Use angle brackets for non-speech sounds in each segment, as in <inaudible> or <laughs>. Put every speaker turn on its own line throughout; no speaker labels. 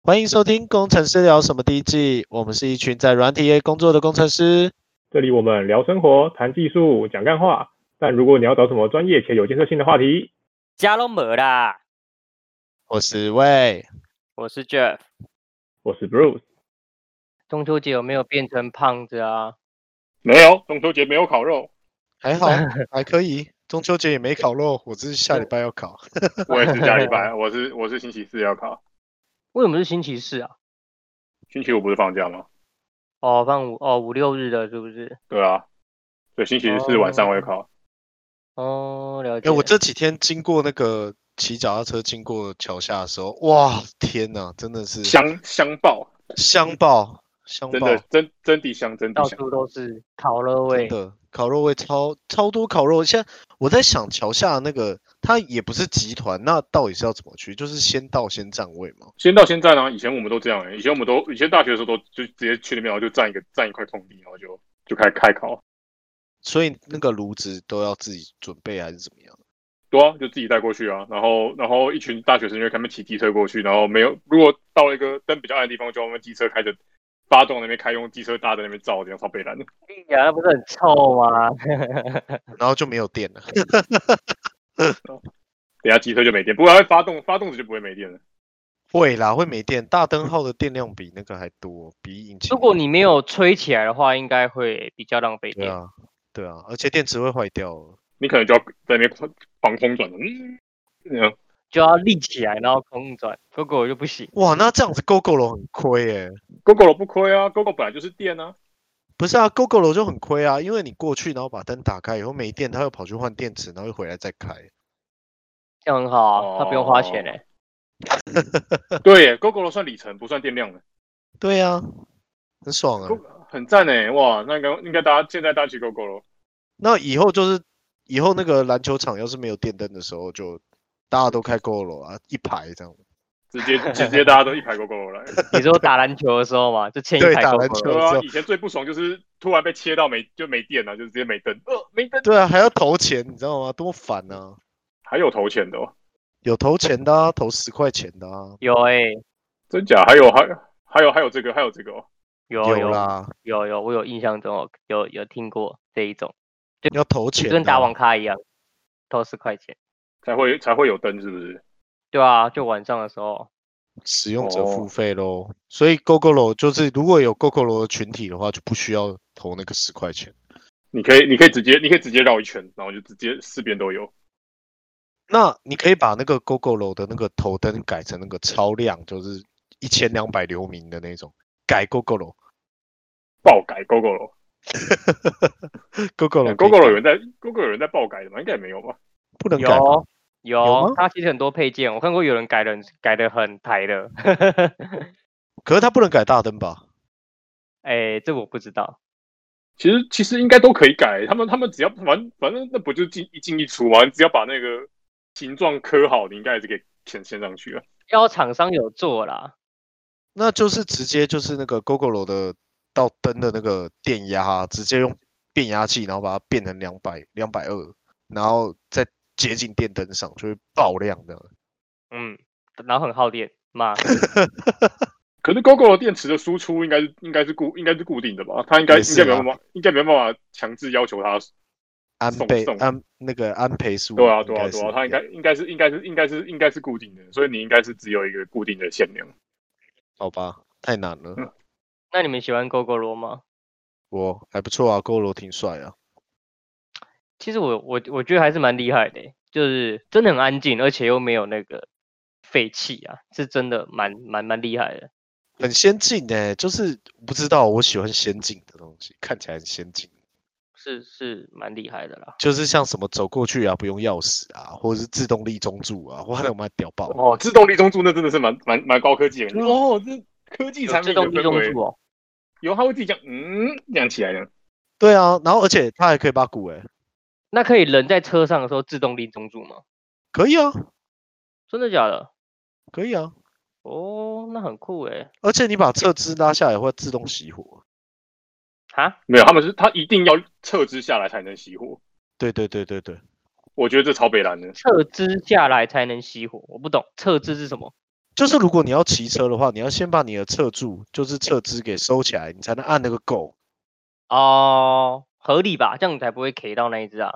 欢迎收听《工程师聊什么》第一季，我们是一群在软体业工作的工程师。
这里我们聊生活、谈技术、讲干话。但如果你要找什么专业且有建设性的话题，
家都没啦。
我是魏，
我是 Jeff。
我是 Bruce。
中秋节有没有变成胖子啊？
没有，中秋节没有烤肉，
还 <laughs> 好，还可以。中秋节也没烤肉，我这是下礼拜要烤。
我也是下礼拜，我是我是星期四要烤，
为什么是星期四啊？
星期五不是放假吗？
哦，放五哦五六日的，是不是？
对啊，所以星期四晚上会烤。
哦，了
哎、
解。
我这几天经过那个骑脚踏车经过桥下的时候，哇，天哪，真的是
香香爆，
香爆香
真
爆，
的真真的香，真的
到
香。
处都是烤肉
真
味。
的烤肉味超超多烤肉。现在我在想桥下那个，它也不是集团，那到底是要怎么去？就是先到先占位嘛。
先到现在呢，以前我们都这样、欸，以前我们都以前大学的时候都就直接去那边，然后就占一个占一块空地，然后就就开开烤。
所以那个炉子都要自己准备还是怎么样？
对啊，就自己带过去啊，然后然后一群大学生就开们骑机车过去，然后没有如果到了一个灯比较暗的地方，就他们机车开着发动那边开，用机车搭在那边照，这样超北蓝的。
哎呀，那不是很臭吗？
<laughs> 然后就没有电了。
等一下机车就没电，不过它会发动，发动子就不会没电了。
会啦，会没电。大灯号的电量比那个还多，比引擎。
如果你没有吹起来的话，应该会比较浪费
对
电。
啊，对啊，而且电池会坏掉了。
你可能就要在那边狂狂空转了，嗯，那样
就要立起来，然后空转。狗狗就不行。
哇，那这样子 GoGo 楼很亏耶、
GoGo 了不亏啊，GoGo 本来就是电啊，
不是啊，GoGo 楼就很亏啊，因为你过去然后把灯打开以后没电，它又跑去换电池，然后又回来再开。
这样很好啊，他不用花钱
哦
呢、
<laughs>
对耶，GoGo 了算里程不算电量的
对啊，很爽啊。
，Go 很赞哎，哇，那个应该大家现在大家去 GoGo 了，
那以后就是以后那个篮球场要是没有电灯的时候就，大家都开 GoGo 楼啊，一排这样。
直接直接大家都一排 GoGo 了来，
你说打篮球的时候嘛，就牵一
对
排
打
狗
篮
狗
球
对
我知
啊
道，
以前最不爽就是突然被切到没就没电了，就直接没灯，呃，没灯，
对啊，还要投钱，你知道吗？多烦啊！
还有投钱的哦，
有投钱的、啊，投十块钱的啊，
有哎、
真假？还有还还有还有这个还有这个哦，
有
有
有
啦，
有有，我有印象中有有有听过这一种，
要投钱、
就
啊，
跟打网咖一样，投十块钱。
才会才会有灯是不是？
对啊，就晚上的时候，
使用者
哦
付费喽。所以 GoGoLo 就是如果有 GoGoLo 的群体的话，就不需要投那个十块钱。
你可以你可以直接你可以直接绕一圈，然后就直接四边都有。
那你可以把那个 GoGoLo 的那个头灯改成那个超亮，就是一千两百流明的那种，改 GoGoLo。
爆改 GoGo 了
GoGoLo 可以
GoGo
改
有人在 GoGo 有人在爆改的吗？应该也没有吧？
不能改吗
有啊
有吗
有，它其实很多配件，我看过有人改的改的很台的， <laughs>
可是它不能改大灯吧？
哎，这我不知道。
其实其实应该都可以改，他们他们只要反反正那不就进一进一出嘛，你只要把那个形状刻好，你应该还是可以填填上去啊了。
要厂商有做啦，
那就是直接就是那个 GoGoLo 的到灯的那个电压，直接用变压器，然后把它变成两百两百二，然后再接近电灯上，就会爆亮的。
嗯，然后很耗电嘛，
可是 GoGo 的电池的输出应该是应该是固应该是固定的吧？它应该
也
应
是啊
该没有办法，应该没有办法强制要求它。
安
送
倍
送
安那个安培数，
对啊对啊对啊，
是
它应该应该是应该是应该是应该是固定的，所以你应该是只有一个固定的限量。
好吧，太难了，
嗯
那你们喜欢狗狗罗吗？
我还不错啊，勾楼挺帅啊，
其实我我我觉得还是蛮厉害的欸，就是真的很安静，而且又没有那个废气啊，是真的蛮蛮蛮厉害的。
很先进哎、就是不知道我喜欢先进的东西，看起来很先进，
是是蛮厉害的啦。
就是像什么走过去啊，不用钥匙啊，或者是自动立中柱啊，哇，他妈屌爆了！
哦，自动立中柱那真的是蛮蛮蛮高科技的。
嗯
哦，这科技
有
产
自
品的
动立中
氛围
柱哦，
有它会自己这样嗯这样起来的。
对啊，然后而且他还可以把鼓哎、
那可以人在车上的时候自动立中柱吗？
可以啊，
真的假的？
可以啊，
哦，那很酷诶。
而且你把侧枝拉下来会自动熄火，
啊，
没有，他们是他一定要撤资下来才能熄火。
对对对对对，
我觉得这超北蓝的，
侧支下来才能熄火，我不懂侧支是什么。
就是如果你要骑车的话，你要先把你的侧柱，就是侧支给收起来，你才能按那个 go。
哦，合理吧？这样你才不会 K 到那一只啊。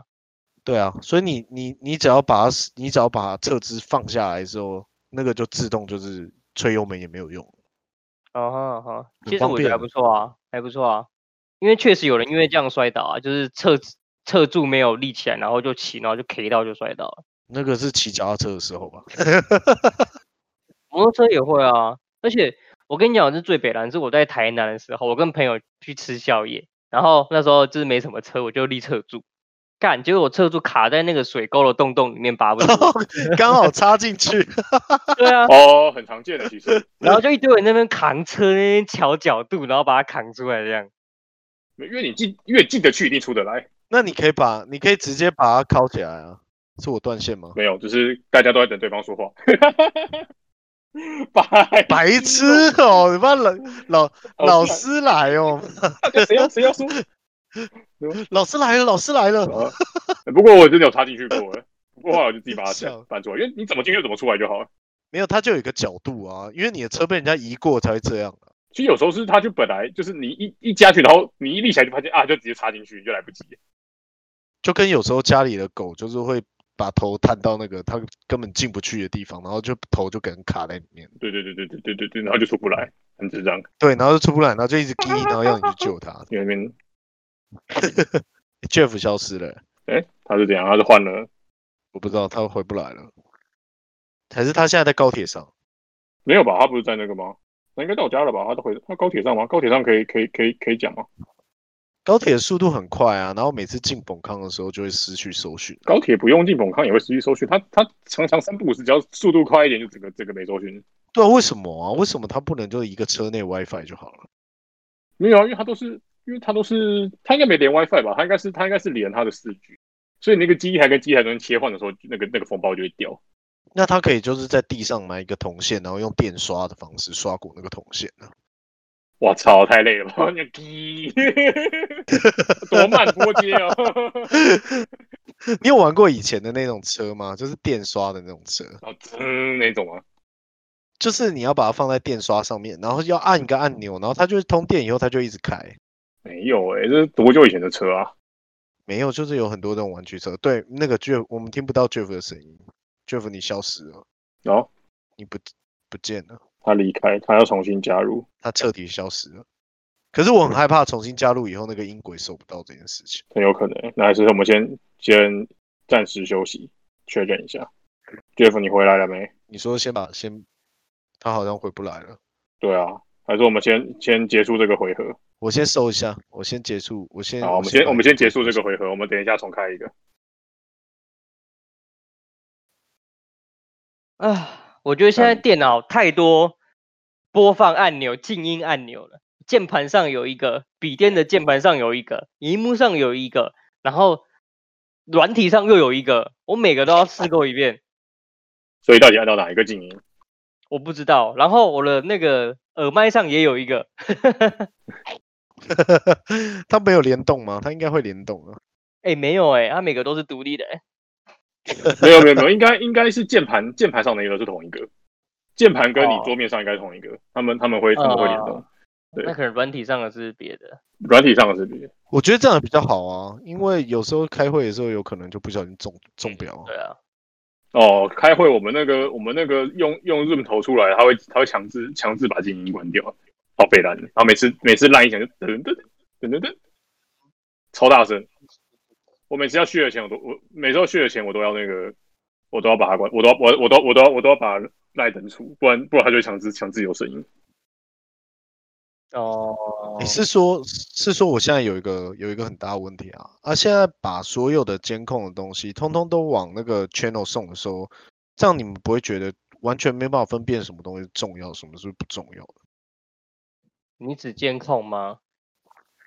对啊，所以你你你只要把它，你只要把侧支放下来之后，那个就自动就是吹油门也没有用。
哦哈哈，
很
其实
方
我觉得还
便
不错啊，还不错啊，因为确实有人因为这样摔倒啊，就是侧侧柱没有立起来，然后就骑，然后就 K 到就摔倒了。
那个是骑脚踏车的时候吧？
摩托车也会啊，而且我跟你讲，是最北南是我在台南的时候，我跟朋友去吃宵夜，然后那时候就是没什么车，我就立侧柱，干，结果我侧柱卡在那个水沟的洞洞里面拔不出来
刚好插进去。 <laughs>
对啊，
哦，很常见的其 <laughs> 实，
然后就一堆人在那边扛车，那边调角度，然后把它扛出来这样。
因为你进越进得去，一定出得来。
那你可以把，你可以直接把它铐起来啊。是我断线吗？
没有，就是大家都在等对方说话。 <laughs> 白
白痴哦！你妈老老老，师来哦，
哦是啊谁要谁要说？
老师来了，老师来了。
啊不过我真的有插进去过了，不过后来我就自己把它
笑
搬出来，因为你怎么进去就怎么出来就好了。
没有，它就有一个角度啊，因为你的车被人家移过才会这样、啊。
其实有时候是它就本来就是你一一加去，然后你一立起来就发现啊，就直接插进去就来不及。
就跟有时候家里的狗就是会把头探到那个它根本进不去的地方，然后就头就给人卡在里面。
对对对对对对对对，然后就出不来，很智障。
对，然后就出不来，然后就一直滴，然后要你去救它。
因为那边
Jeff 消失了，欸
哎，他是怎样？他是换了？
我不知道他回不来了，还是他现在在高铁上？
没有吧？他不是在那个吗？他应该到家了吧？他都回他高铁上吗？高铁上可以可以可以可以讲吗？
高铁的速度很快啊，然后每次进本康的时候就会失去搜寻。
高铁不用进本康也会失去搜寻，他他常常三不五时，只要速度快一点就整个整个没搜寻。
对啊，为什么啊？为什么他不能就一个车内 WiFi 就好了？
没有啊，因为他都是因为他都是他应该没连 WiFi 吧？他应该是他应该是连他的四 G，所以那个机台跟机台中间切换的时候，那个那个风暴就会掉。
那他可以就是在地上埋一个铜线，然后用电刷的方式刷过那个铜线 <laughs> 啊。
我操，太累了吧！ <laughs> 你滴，多慢波接哦。 <laughs>
你有玩过以前的那种车吗？就是电刷的那种车，
然后嗯那种啊，
就是你要把它放在电刷上面，然后要按一个按钮，然后它就是通电以后它就一直开。
没有哎、这是多久以前的车啊？
没有，就是有很多这种玩具车。对，那个 Jeff 我们听不到 Jeff 的声音，Jeff 你消失了，
然后
你不不见了，
他离开，他要重新加入。
他彻底消失了。可是我很害怕重新加入以后那个音轨收不到这件事情。
很有可能。那还是我们先先暂时休息，确认一下。Jeff，你回来了没？
你说先把先，他好像回不来了。
对啊，还是我们先先结束这个回合。
我先收一下，我先结束，我先。
好，我们先
把
我们先结束这个回合，我们等一下重开一个。
啊，我觉得现在
嗯
电脑太多播放按钮、静音按钮了。键盘上有一个，笔电的键盘上有一个，荧幕上有一个，然后软体上又有一个。我每个都要试过一遍，
所以到底按到哪一个静音？
我不知道。然后我的那个耳麦上也有一个，
<laughs> 他没有联动吗？他应该会联动啊。
哎，没有哎、它每个都是独立的、欸。
没有没有没有，应该应该是键盘键盘上的一个是同一个，键盘跟你
哦
桌面上应该是同一个，他们他们会他们会联动
哦，
对
那可能软体上的是别的。
软体上的是别的。
我觉得这样比较好啊，因为有时候开会的时候有可能就不小心中
嗯
中标啊。
对啊，
哦，开会我们那个我们那个用用 Zoom 投出来，他会他会强制强制把静音关掉，好北蓝，然后每次每次烂一响就噔噔噔噔噔，超大声。我每次要续的前，我都我每次要续的前，我都要那个，我都要把它关，我都要我我都我都要我都要把赖登出，不然不然他就会强制强制有声音。
哦
你，是说，是说我现在有一个有一个很大的问题啊啊！现在把所有的监控的东西，通通都往那个 channel 送的时候，这样你们不会觉得完全没办法分辨什么东西是重要，什么是不重要的？
你只监控吗？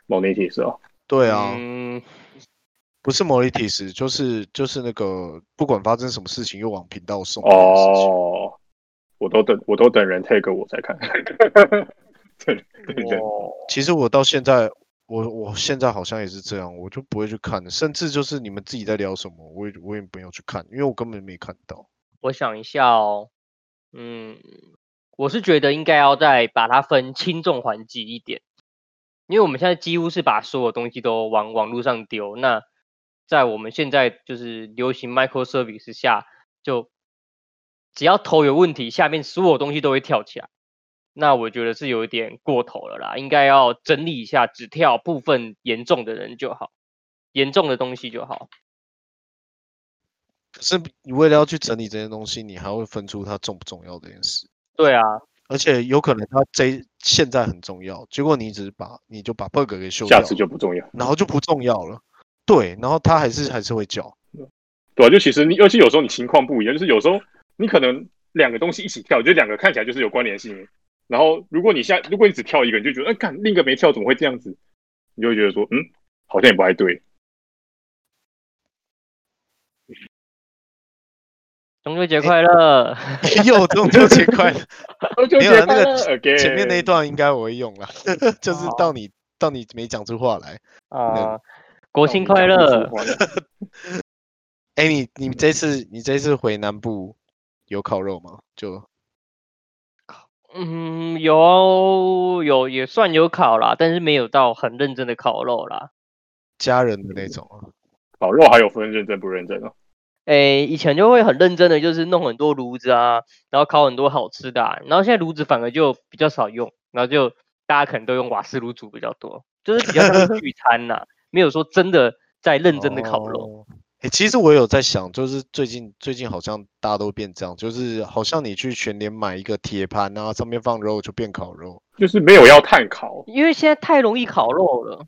某那题是啊，
对啊，
嗯，
不是 m o l i t i s 就是就是那个不管发生什么事情，又往频道送这件事情。
哦，我都等我都等人 take 我才看， <laughs> 对对对，
哦，
其实我到现在，我我现在好像也是这样，我就不会去看，甚至就是你们自己在聊什么，我也我也没有去看，因为我根本没看到。
我想一下哦，嗯，我是觉得应该要再把它分轻重缓急一点，因为我们现在几乎是把所有东西都往网络上丢，那在我们现在就是流行 microservice 下，就只要头有问题，下面所有东西都会跳起来。那我觉得是有一点过头了啦，应该要整理一下，只跳部分严重的人就好，严重的东西就好。
可是你为了要去整理这些东西，你还会分出它重不重要这件事，
对啊，
而且有可能它这现在很重要，结果你只是把你就把 bug 给修掉
下
了，
次就不重要。
然后就不重要了。对，然后它还是还是会叫， <laughs>
对啊，就其实你，而且有时候你情况不一样，就是有时候你可能两个东西一起跳，就两个看起来就是有关联性。然后如果你现在，如果你只跳一个，你就觉得，哎、看另一个没跳，怎么会这样子？你就会觉得说，嗯，好像也不太对。
中秋节快乐！
又中秋节
<laughs>
快乐。
就
没有啊那个前面那一
一
段应该我会用了， <laughs> 就是
哦
好
到你到你没讲出话来。
啊，国庆快乐！
<laughs> 哎，你你这次你这次回南部有烤肉吗？就
嗯，有有也算有烤啦，但是没有到很认真的烤肉啦。
家人的那种啊。
烤肉还有分认真不认真哦。
诶，以前就会很认真的，就是弄很多炉子啊，然后烤很多好吃的、啊，然后现在炉子反而就比较少用，然后就大家可能都用瓦斯炉煮比较多，就是比较像 <laughs> 是聚餐呐、没有说真的在认真的烤肉。
哦。哎、其实我有在想，就是最近最近好像大家都变这样，就是好像你去全联买一个铁盘啊，上面放肉就变烤肉。
就是没有要碳烤，
因为现在太容易烤肉了，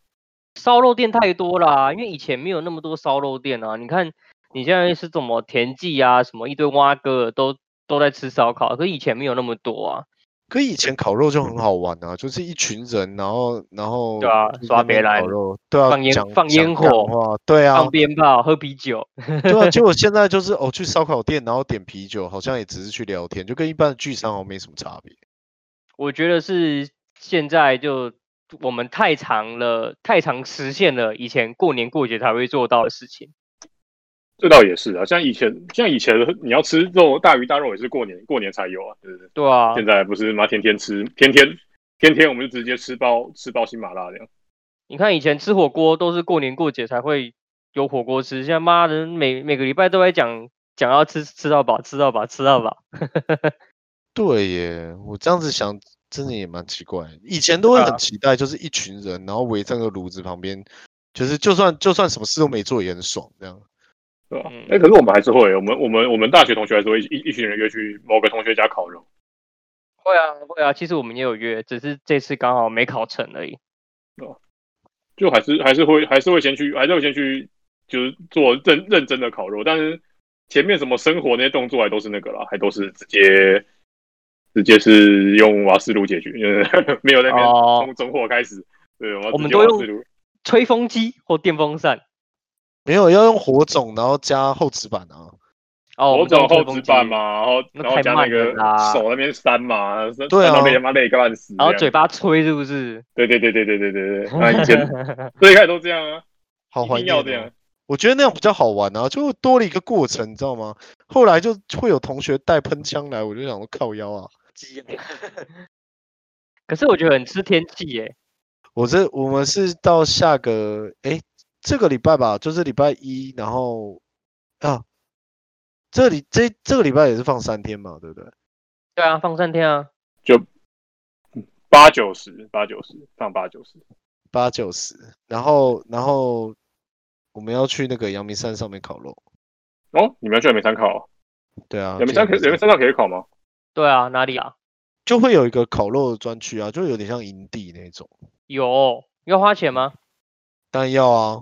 烧肉店太多啦。因为以前没有那么多烧肉店啊，你看你现在是怎么田记啊，什么一堆蛙哥都都在吃烧烤，可以前没有那么多啊。
可以前烤肉就很好玩啊，就是一群人，然后然后
对啊
就在
刷
那边
别来
烤肉，对啊，
放烟
讲
放
讲
烟
干
火
话，对啊
放，鞭炮、喝啤酒，
对啊，结果现在就是哦，去烧烤店，然后点啤酒，好像也只是去聊天，就跟一般的聚餐好像没什么差别。
我觉得是现在就我们太长了，太常实现了以前过年过节才会做到的事情。
这倒也是啊。像以前，像以前你要吃肉大鱼大肉也是过年过年才有啊，对不对？
对啊，
现在不是妈天天吃，天天天天我们就直接吃包吃包新麻辣这样。
你看以前吃火锅都是过年过节才会有火锅吃，现在妈的每每个礼拜都在讲讲要吃吃到饱，吃到饱，吃到饱。
对耶，我这样子想，真
嗯
的也蛮奇怪的。以前都会
对啊
很期待，就是一群人，然后围在那个炉子旁边，就是就算就算什么事都没做也很爽这样。
对吧？哎、
嗯
可是我们还是会，我们我们我们大学同学还是会一一群人约去某个同学家烤肉。
会啊，会啊，其实我们也有约，只是这次刚好没考成而已。
就还是还是会还是会先去，还是会先去，就是做认认真的烤肉，但是前面什么生活那些动作还都是那个啦，还都是直接直接是用瓦斯炉解决，就是、没有那边
哦
从从火开始。对，我
我
们
们
直接
都
瓦
用
斯炉，
吹风机或电风扇
没有要用火种，然后加厚纸板啊。
哦，我
我
们这
走
种
后置
吹风
板
机，
嘛，然后
那
然后
太
加那
慢
个
了啦
手那边扇嘛，扇
对啊
扇到被他妈累个半死这
然
样。
后嘴巴吹是不是？
对对对对对对对对，那以前最开始都这样啊，
好怀
一定要
念
这
哦
样。
我觉得那样比较好玩啊，就多了一个过程，你知道吗？后来就会有同学带喷枪来，我就想说靠腰啊。 <laughs>
可是我觉得很吃天气耶、
我这我们是到下个哎这个礼拜吧，就是礼拜一，然后啊，这里这这个礼拜也是放三天嘛，对不对？
对啊，放三天啊。
八九十八九十上八九十，
八九十，然后然后我们要去那个阳明山上面烤肉，
哦，你们要去阳明山烤哦？
对啊，
阳明
去
山可以阳明山上可以烤吗？
对啊，哪里啊？
就会有一个烤肉的专区啊，就有点像营地那种，
有要花钱吗？
当然要啊，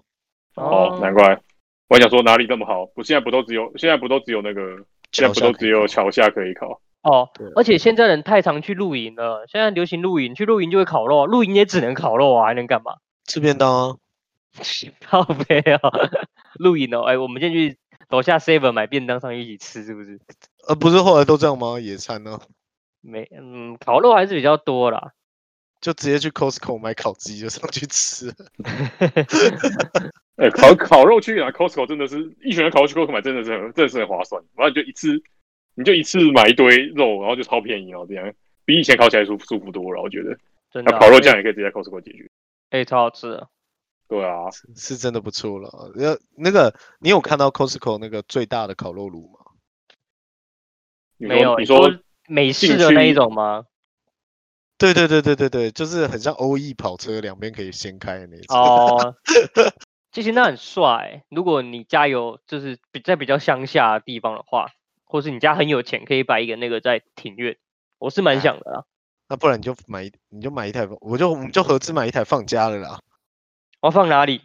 哦
哦，
难怪。我还想说哪里那么好？不，现在不都只有现在不都只有那个，现
桥
在不
下
都
可
只
以
有
烤
桥下可以烤？
哦
对啊，
而且现在人太常去露营了，现在流行露营，去露营就会烤肉啊，露营也只能烤肉啊，还能干嘛？ <laughs>
吃便当啊，
靠背啊，露营哦，哎，我们先去楼下 seven 买便当上去一起吃，是不是？
呃，不是后来都这样吗？野餐呢、啊，
没，嗯，烤肉还是比较多啦。
就直接去 Costco 买烤鸡就上去吃，
哎、烤烤肉去啊，Costco 真的是一群人烤肉去 Costco 买，真的是很真的是很划算。然后你就一次，你就一次买一堆肉，然后就超便宜哦，这样比以前烤起来舒舒服多了，我觉得。
真的
那
啊。
烤肉
因为
酱也可以直接在 Costco 解决。
哎、超好吃的。
对啊，
<laughs> 是真的不错了。呃，那个你有看到 Costco 那个最大的烤肉炉吗？
你
没有
说，你
说
说
美式
进
的那
去
一
<laughs>
种吗？
对对对对对对，就是很像欧 E 跑车，两边可以掀开的那种。
哦，其实那很帅欸、如果你家有就是比在比较乡下的地方的话，或是你家很有钱，可以摆一个那个在庭院，我是蛮想的啦。
那不然你就买一，你就买一台，我就我们就合资买一台放家了啦。
我要放哪里？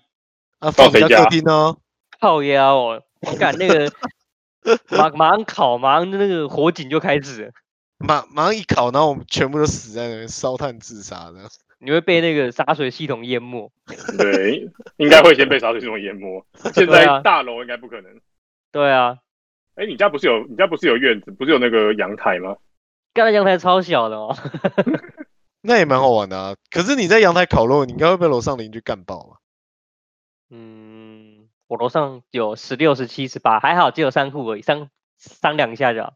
啊，放
谁
人家
家
客厅哦。
靠腰哦，我敢
<laughs>
那个马马上烤，马上那个火警就开始了，
马马上一烤，然后我们全部都死在那边烧炭自杀的。
你会被那个洒水系统淹没。 <laughs>
对，应该会先被洒水系统淹没。现
对
在
啊
大楼应该不可能。
对啊，
哎、你家不是有你家不是有院子，不是有那个阳台吗？
刚才阳台超小的哦，
那也蛮好玩的啊。可是你在阳台烤肉，你应该会被楼上邻居干爆嘛？
嗯，我楼上有十六、十七、十八，还好只有三户而已，商商量一下就好。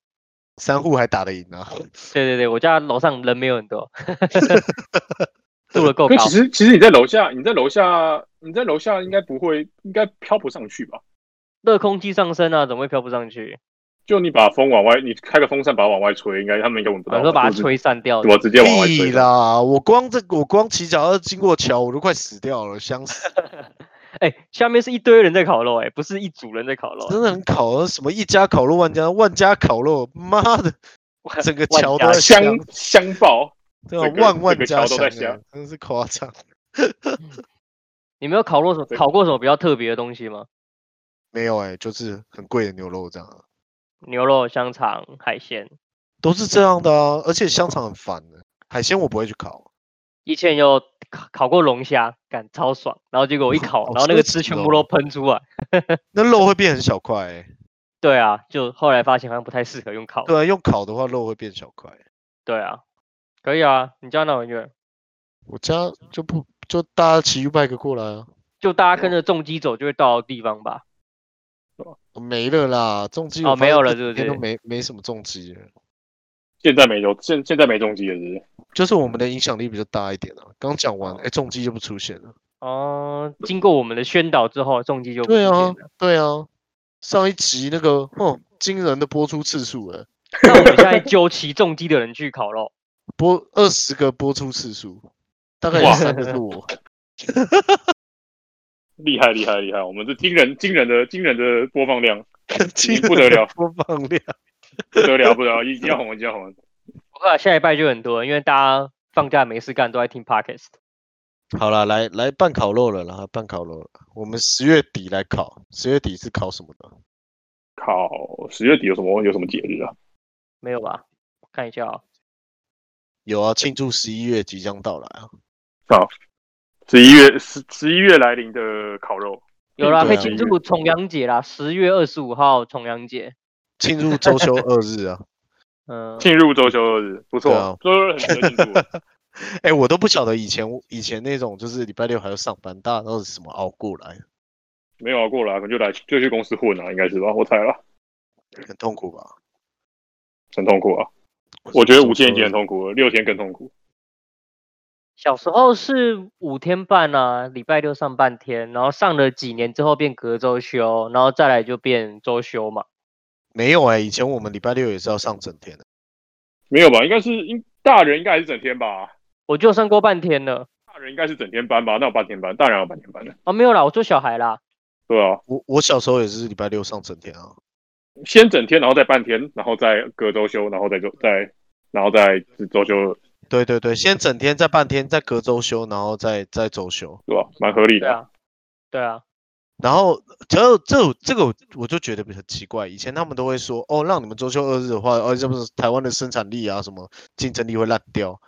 三户还打得赢啊？
对对对，我家楼上人没有很多， <laughs> 住的够
可
哦高。
其实其实你在楼下，你在楼下，你在楼下应该不会，应该飘不上去吧？
热空气上升啊，怎么会飘不上去？
就你把风往外，你开个风扇把它往外吹，应该他们应该闻不
我
到吧。
说把它
就是
吹散掉。
哦我直接往外吹
屁。啦！我光这我光骑脚要经过桥，我都快死掉了，想死！
哎、下面是一堆人在烤肉、哎，不是一组人在烤肉、
真的很烤啊！什么一家烤肉万家，万家烤肉，妈的，
万 <laughs>
整个
万
桥
家
都在
香
香
香爆，
对啊
整，个
万万
整个
家
桥都在
香啊，真是夸张。
你没有烤肉什么
对
烤过什么比较特别的东西吗？
没有哎、就是很贵的牛肉这样啊，
牛肉、香肠、海鲜。
都是这样的啊。而且香肠很烦的，海鲜我不会去烤，啊
以前有烤烤过龙虾，感超爽。然后结果我一烤，
好
然后那个
奢
汁
侈
全
哦
部都喷出来。
那肉会变很小块、欸。
对啊，就后来发现好像不太适合用烤。
对啊，用烤的话肉会变小块。
对啊，可以啊，你家那很远，
我家就不就大家骑 U bike 过来啊，
就大家跟着重机走就会到的地方吧。
没了啦，重机
哦
我发
没
现
有了
这几
对不
天都
对
没没什么重机了，
现在没有，现现在没中机了，是不是？
就是我们的影响力比较大一点啊。刚讲完，哎、重机就不出现了。
哦，经过我们的宣导之后，重机就不
对
出
啊
现了，
对啊，上一集那个，哦，惊人的播出次数哎了，
那我们现在揪骑重机的人去烤肉，
播二十个播出次数，大概有
哇
三个是
<laughs>
我。
厉害厉害厉害！我们是惊人惊人的惊人的播放量，
惊
不得
人的
了
播放量。
不得了不得了，一定要红一定要红！
不会啊，下礼拜就很多人，因为大家放假没事干都在听 podcast。
好了，来来办烤肉了啦，办烤肉了。我们十月底来烤，十月底是烤什么的？
靠，十月底有什么有什么节日啊？
没有吧？我看一下啊，
有啊，庆祝十一月即将到来啊。
十一月十十一月来临的烤肉，
有啦，
对
可以
啊
庆
有
祝重阳节啦，十月二十五号重阳节。
进入周休二日啊！ <laughs>
嗯，
进入周休二日，不
对啊
错，周休二日很值得庆
<laughs>
祝。
哎、我都不晓得以前以前那种就是礼拜六还要上班，大家都是怎么熬过来的，
没有啊，过来可能就来就去公司混啊，应该是吧？我猜了，
很痛苦吧？
很痛苦啊。我觉得五天已经很
痛。
痛苦了，六天更痛苦。
小时候是五天半啊，礼拜六上半天，然后上了几年之后变隔周休，然后再来就变周休嘛。
没有哎、以前我们礼拜六也是要上整天的。
没有吧？应该是应大人应该还是整天吧？
我就上过半天了
大人应该是整天班吧？那有半天班，大人有半天班的，
啊，没有啦，我做小孩啦。
对啊，
我我小时候也是礼拜六上整天啊。
先整天，然后再半天，然后再隔周休，然后再周再然后再周休，
对对对，先整天，再半天，再隔周休，然后再再周休。
对吧？蛮合理
对
的。
啊，对啊，
然后，只有这我这个我我就觉得比较奇怪，以前他们都会说，哦，让你们周休二日的话，哦，这不是台湾的生产力啊，什么竞争力会烂掉。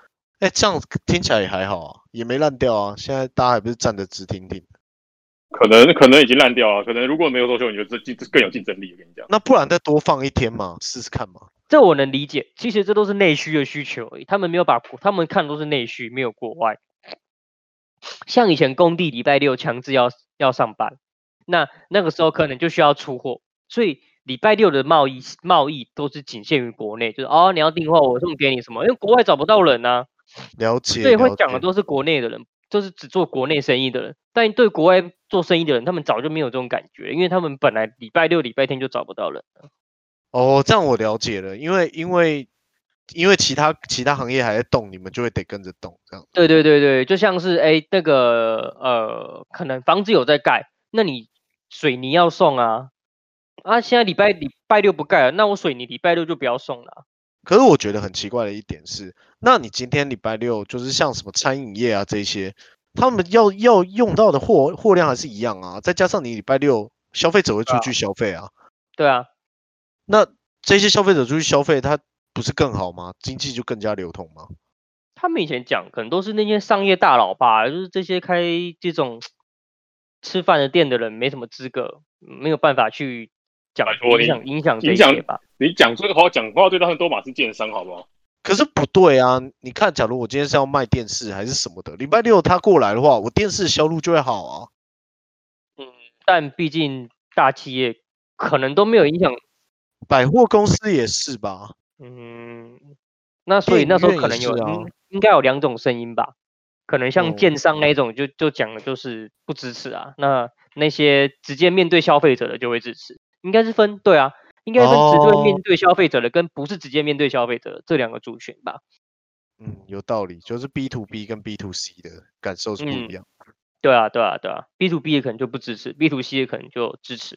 哎，这样听起来也还好啊，也没烂掉啊。现在大家还不是站得直挺挺。
可能可能已经烂掉了，可能如果没有周休，你就这竞更有竞争力。我跟你讲，
那不然再多放一天嘛，试试看嘛。
这我能理解。其实这都是内需的需求而已，他们没有把国他们看的都是内需，没有国外。像以前工地礼拜六强制要要上班，那那个时候可能就需要出货，所以礼拜六的贸易贸易都是仅限于国内，就是哦你要订货我送给你什么，因为国外找不到人呐、
了解，
所以会
了
讲的
解
都是国内的人，就是只做国内生意的人。但对国外做生意的人，他们早就没有这种感觉，因为他们本来礼拜六、礼拜天就找不到人。
哦，这样我了解了，因为因为因为其他其他行业还在动，你们就会得跟着动，这样
对对对对，就像是哎那个呃，可能房子有在盖，那你水泥要送啊。啊，现在礼拜礼拜六不盖了，那我水泥礼拜六就不要送了啊。
可是我觉得很奇怪的一点是，那你今天礼拜六就是像什么餐饮业啊这些，他们要要用到的货货量还是一样啊，再加上你礼拜六消费者会
对
出
啊
去消费啊，
对啊，
那这些消费者出去消费，它不是更好吗？经济就更加流通吗？
他们以前讲可能都是那些商业大佬吧，就是这些开这种吃饭的店的人没什么资格，没有办法去讲
拜托你
影响影响这
影
一
响
些吧。
你讲这个话讲话对他们都马是奸商，好不好？
可是不对啊！你看，假如我今天是要卖电视还是什么的，礼拜六他过来的话，我电视销路就会好啊。
但毕竟大企业可能都没有影响，
百货公司也是吧？
嗯，那所以
电
那时候
影
可
院
能
也
有、
是啊
应应该有两种声音吧，可能像
嗯
建商那一种就就讲的就是不支持啊，那那些直接面对消费者的就会支持，应该是分对啊，应该分直
哦
接面对消费者的跟不是直接面对消费者的这两个族群吧。
嗯，有道理，就是 B to B 跟 B to C 的感受是不一
嗯
样。
对啊，对啊，对啊，B to B 的可能就不支持，B to C 的可能就支持，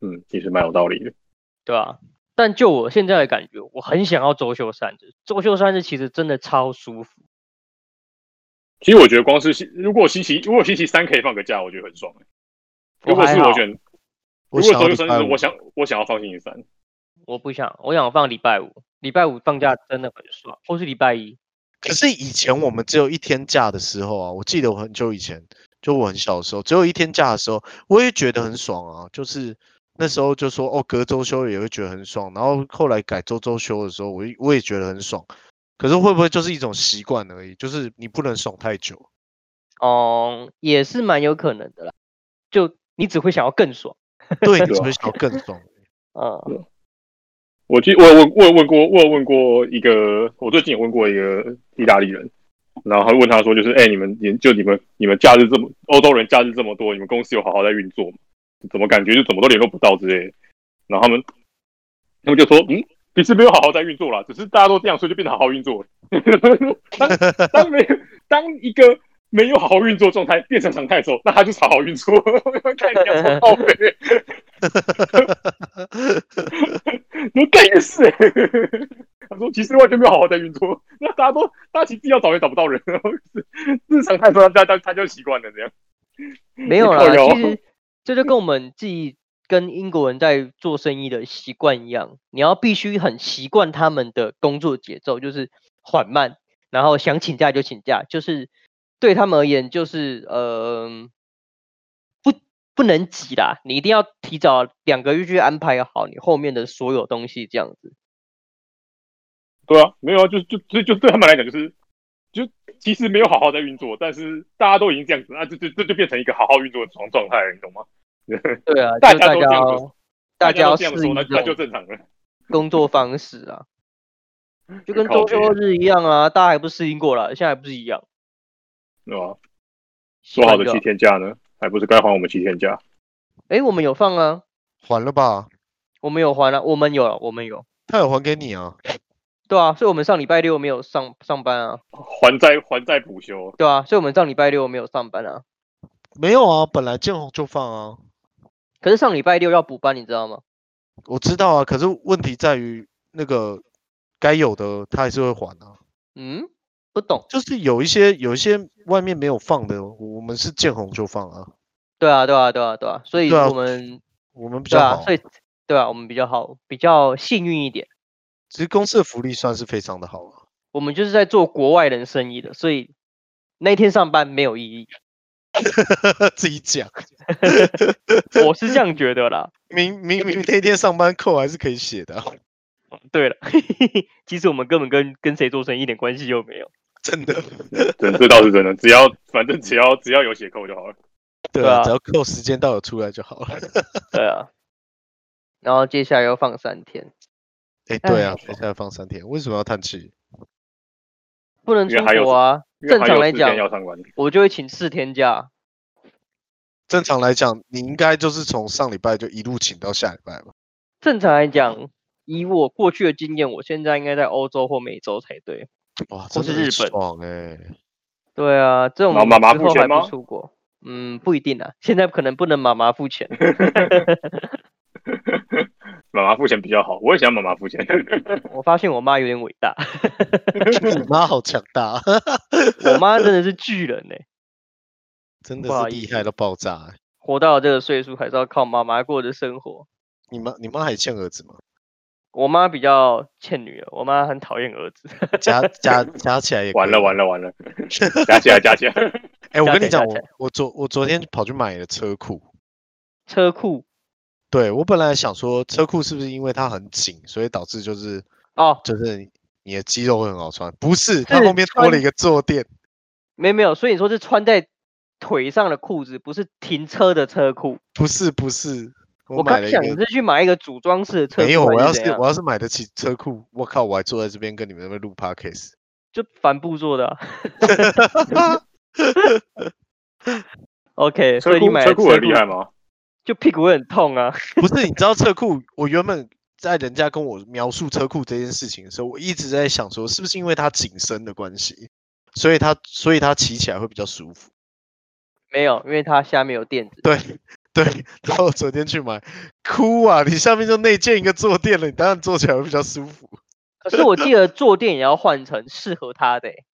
嗯，其实蛮有道理的。
对啊。但就我现在的感觉，我很想要周休三日。周休三日其实真的超舒服，
其实我觉得光是星如果星期如果星期三可以放个假，我觉得很爽、欸。如果
还
是我
好
选，
我
如果
想要
周六
礼
生
拜
日，
五
我想我想要放星期三。
我不想，我想放礼拜五，礼拜五放假真的很爽，或是礼拜一。
可是以前我们只有一天假的时候啊，我记得我很久以前，就我很小的时候，只有一天假的时候，我也觉得很爽啊。就是那时候就说哦，隔周休也会觉得很爽，然后后来改周周休的时候，我也我也觉得很爽。可是会不会就是一种习惯而已？就是你不能爽太久。
哦、也是蛮有可能的啦。就你只会想要更爽，
对，你
对
只
啊
会想要更爽。
嗯，
我记我有问我有问过我有问过一个，我最近也问过一个意大利人，然后问他说，就是哎、你们你就你们你们假日这么欧洲人假日这么多，你们公司有好好在运作吗？怎么感觉就怎么都联络不到之类的？然后他们他们就说，嗯，其实没有好好在运作啦，只是大家都这样，所以就变得好好运作了。 <laughs> 当当没有当一个没有好好运作状态变成常态的时候，那他就是好好运作。看你要说到尾，你说干也是、欸。 <laughs> 他说其实完全没有好好在运作，那大家都大家其实自己要找也找不到人，然后就是日常太多，大家他就习惯了这样。
<laughs> 没有
靠
啦。
腰
其实这就跟我们自己跟英国人在做生意的习惯一样，你要必须很习惯他们的工作节奏，就是缓慢，然后想请假就请假，就是对他们而言就是呃不不能急啦，你一定要提早两个月去安排好你后面的所有东西，这样子。
对啊，没有啊，就就就就对他们来讲就是。就其实没有好好在运作，但是大家都已经这样子，那这这这就变成一个好好运作的状状态了，你懂吗？
对啊，
大
就
家
大
都
家
这样
要
说家
大家要
都
适
这样
应
说，那那
这
就
种
正常了。
工作方
<laughs>
式啊，就跟
靠
周休
北
日一样啊，大家还不适应过来，现在还不是一样？
对吧？
习
说好
惯
的
就
七天假呢，还不是该还我们七天假？
哎，我们有放啊，
还了吧，
我们有还啊，我们有啊，我们有。
他有还给你啊？
对啊，所以我们上礼拜六没有上上班啊，
还债还债补休，
对啊，所以我们上礼拜六没有上班啊。
没有啊，本来见红就放啊。
可是上礼拜六要补班，你知道吗？
我知道啊，可是问题在于那个该有的他还是会还啊。
嗯，不懂。
就是有一些有一些外面没有放的，我们是见红就放啊，
对啊，对啊，对啊，对啊，所以
对啊
我们
我们比
对
较
啊，
好。
所以对啊，我们比较好，比较幸运一点。
其实公司的福利算是非常的好啊。 <laughs>
我们就是在做国外人生意的，所以那一天上班没有意义，
自己讲，
我是这样觉得啦。
明明明那天上班扣还是可以写的啊、
对了， <laughs> 其实我们根本跟跟谁做生意一点关系都没有。
真的。
对，这倒是真的。只要反正只要只要有血扣就好了。
对
对
啊，
啊
只要扣时间到有出来就好了。
对啊，然后接下来又放三天，
哎，对
哎
啊，接下来放三天，为什么要叹气？
不能
因
出
为还有
国啊。
因为还
正常
有
来
四
讲
天要上班，
我就会请四天假，
正常来讲，你应该就是从上礼拜就一路请到下礼拜吧？
正常来讲，以我过去的经验，我现在应该在欧洲或美洲才对。
哇，
或
真的
是
很
日本
爽哎、
对啊，这种
然后妈妈
之
付
后
钱
还不
吗
出国，嗯，不一定啊，现在可能不能妈妈
<laughs>
付钱。
妈妈付钱比较好，我也想妈妈付钱。
我发现我妈有点伟大，
你妈好强大，啊
我妈真的是巨人欸呢、
真的
不好
是
意
厉
思
害到爆炸、欸。
活到这个岁数还是要靠妈妈过的生活。
你妈你妈还欠儿子
<laughs>
吗？
我妈比较欠女儿，我妈很讨厌儿子。 <laughs>
加加加起来也
<laughs> 完了完
了。
了完了，加起来加啊起来，
哎、我
加
跟你
起来
讲，
加
我
起来
我昨我昨天跑去买了车库。
车库
对我本来想说车库是不是因为它很紧，所以导致就是
哦，
就是你的肌肉会很好穿？不是，它
是
后面多
穿
了一个坐垫。
没有没有，所以你说是穿在腿上的裤子，不是停车的车库。
不是不是，我
我
买
刚
了一
想你
个。
是去买一个组装式的车库，
没有，我要
是
是我要是买得起车库，我靠，我还坐在这边跟你们那边录 podcast。
就帆布
<laughs>
做的啊、OK，所
车
以你
库
买
车
了
库很厉害吗？
就屁股会很痛啊。
不是，你知道车库，我原本在人家跟我描述车库这件事情的时候，我一直在想说，是不是因为它紧身的关系，所以它所以它骑起来会比较舒服。
没有，因为它下面有垫子。
对对，然后我昨天去买，哭啊！你下面就内建一个坐垫了，你当然坐起来会比较舒服。
可是我记得坐垫也要换成适合它的欸、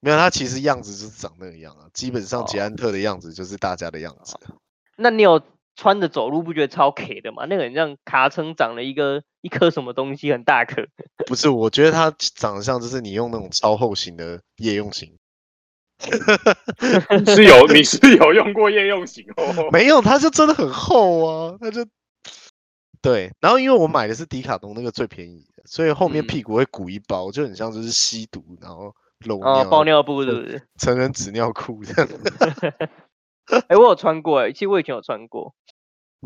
没有，它其实样子就是长那个样啊，基本上捷
哦
安特的样子就是大家的样子。
那你有穿着走路不觉得超 K 的吗？那个很像卡称长了一个一颗什么东西，很大颗。
不是，我觉得它长得像就是你用那种超厚型的夜用型，
是有你是有用过夜用型哦，
没有，它就真的很厚啊，它就对。然后因为我买的是迪卡侬那个最便宜的，所以后面
嗯
屁股会鼓一包，就很像就是吸毒，然后漏尿、
哦，包尿布是
对
不是？
成人纸尿裤这样子，
哎、我有穿过、欸，其实我以前有穿过。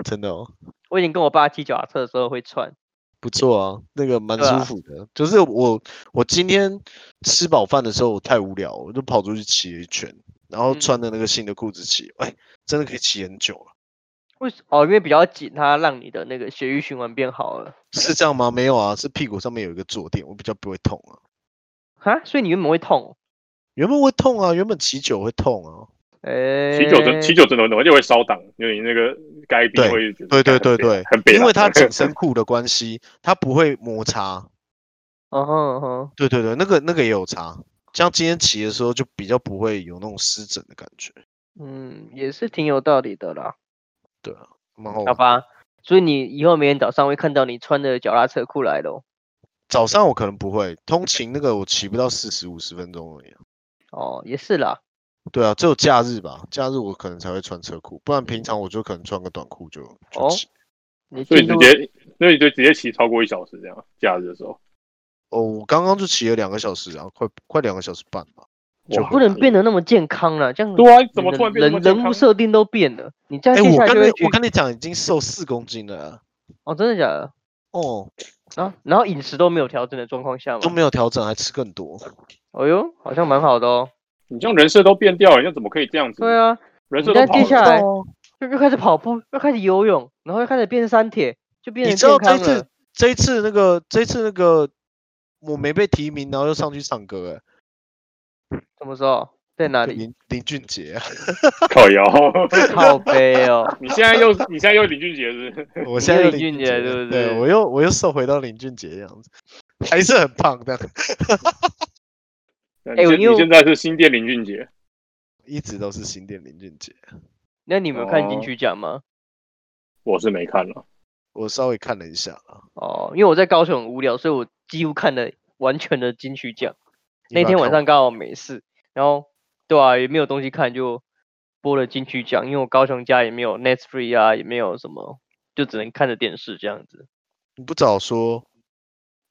真的哦，
我以前跟我爸骑脚踏车的时候会穿。
不错啊，那个蛮
对啊
舒服的。就是我我今天吃饱饭的时候我太无聊了，我就跑出去骑了一圈，然后
嗯
穿的那个新的裤子骑，哎、真的可以骑很久了。
为什哦？因为比较紧，它让你的那个血液循环变好了。
是这样吗？没有啊，是屁股上面有一个坐垫，我比较不会痛啊。
哈，所以你原本会痛哦。
原本会痛啊，原本骑久会痛啊。
哎、
啤酒真啤酒真的会，而且会烧档，因为你那个该冰会觉得
对对对
很
对
很，北啊
因为它
蓝
紧
<laughs>
<laughs>
身裤的关系，它不会摩擦。
嗯哼嗯哼，
对对对，那个那个也有差。像今天骑的时候就比较不会有那种湿疹的感觉，
嗯，也是挺有道理的啦。
蛮好
好
玩。
吧，所以你以后每天早上会看到你穿着脚踏车裤来咯。
早上我可能不会，通勤那个我骑不到四十五十分钟而已啊。
哦，也是啦，
对啊，只有假日吧，假日我可能才会穿车裤，不然平常我就可能穿个短裤就就
哦
骑。
你
所以
进
直
入
接，所以就直接骑超过一小时这样，假日的时候。
哦，我刚刚就骑了两个小时啊，快快两个小时半吧。就
哇
不能变得那么健康了，这样
对啊，怎
你
么
的
突然变那么
人
健
人
康
物？设定都变了？你这
哎、
样接
我
下来
跟
就会
你
去
我跟你讲，已经瘦四公斤了啊，
哦，真的假的？
哦，
啊，然后饮食都没有调整的状况下
都
嘛，
没有调整，还吃更多。
哦哟，好像蛮好的哦。
你这样人设都变掉了，你这怎么可以这样子？
对，啊，
人
你
设
再
都跑
接
了。
下来
哦
就又开始跑步，又开始游泳，然后又开始变山铁，就变
你
成
知道
健
这一
康
次
了。
这一次那个这一次那个我没被提名，然后又上去唱歌、欸，
什么时候？在哪 <laughs>
就
里？
林林俊杰
<laughs>
啊、
<laughs> 靠腰，
靠背哦，
你现在又 <laughs> 你现在又林俊杰是不是？
我
你
现在
又
又
林俊杰
杰
对
了
不
对
对
我又我又瘦回到林俊杰的样子，还是很胖的，
你现
我因为
你现在是新店林俊杰，
一直都是新店林俊杰。
<laughs> 那你们有看
哦
金曲奖吗？
我是没看了。
我稍微看了一下啦，
哦，因为我在高雄很无聊，所以我几乎看了完全的金曲奖。
你
那
把
天
它
晚
看
上刚好没事，然后对啊，也没有东西看，就播了金曲奖。因为我高雄家也没有 Netflix 啊，也没有什么，就只能看着电视这样子。
你不早说，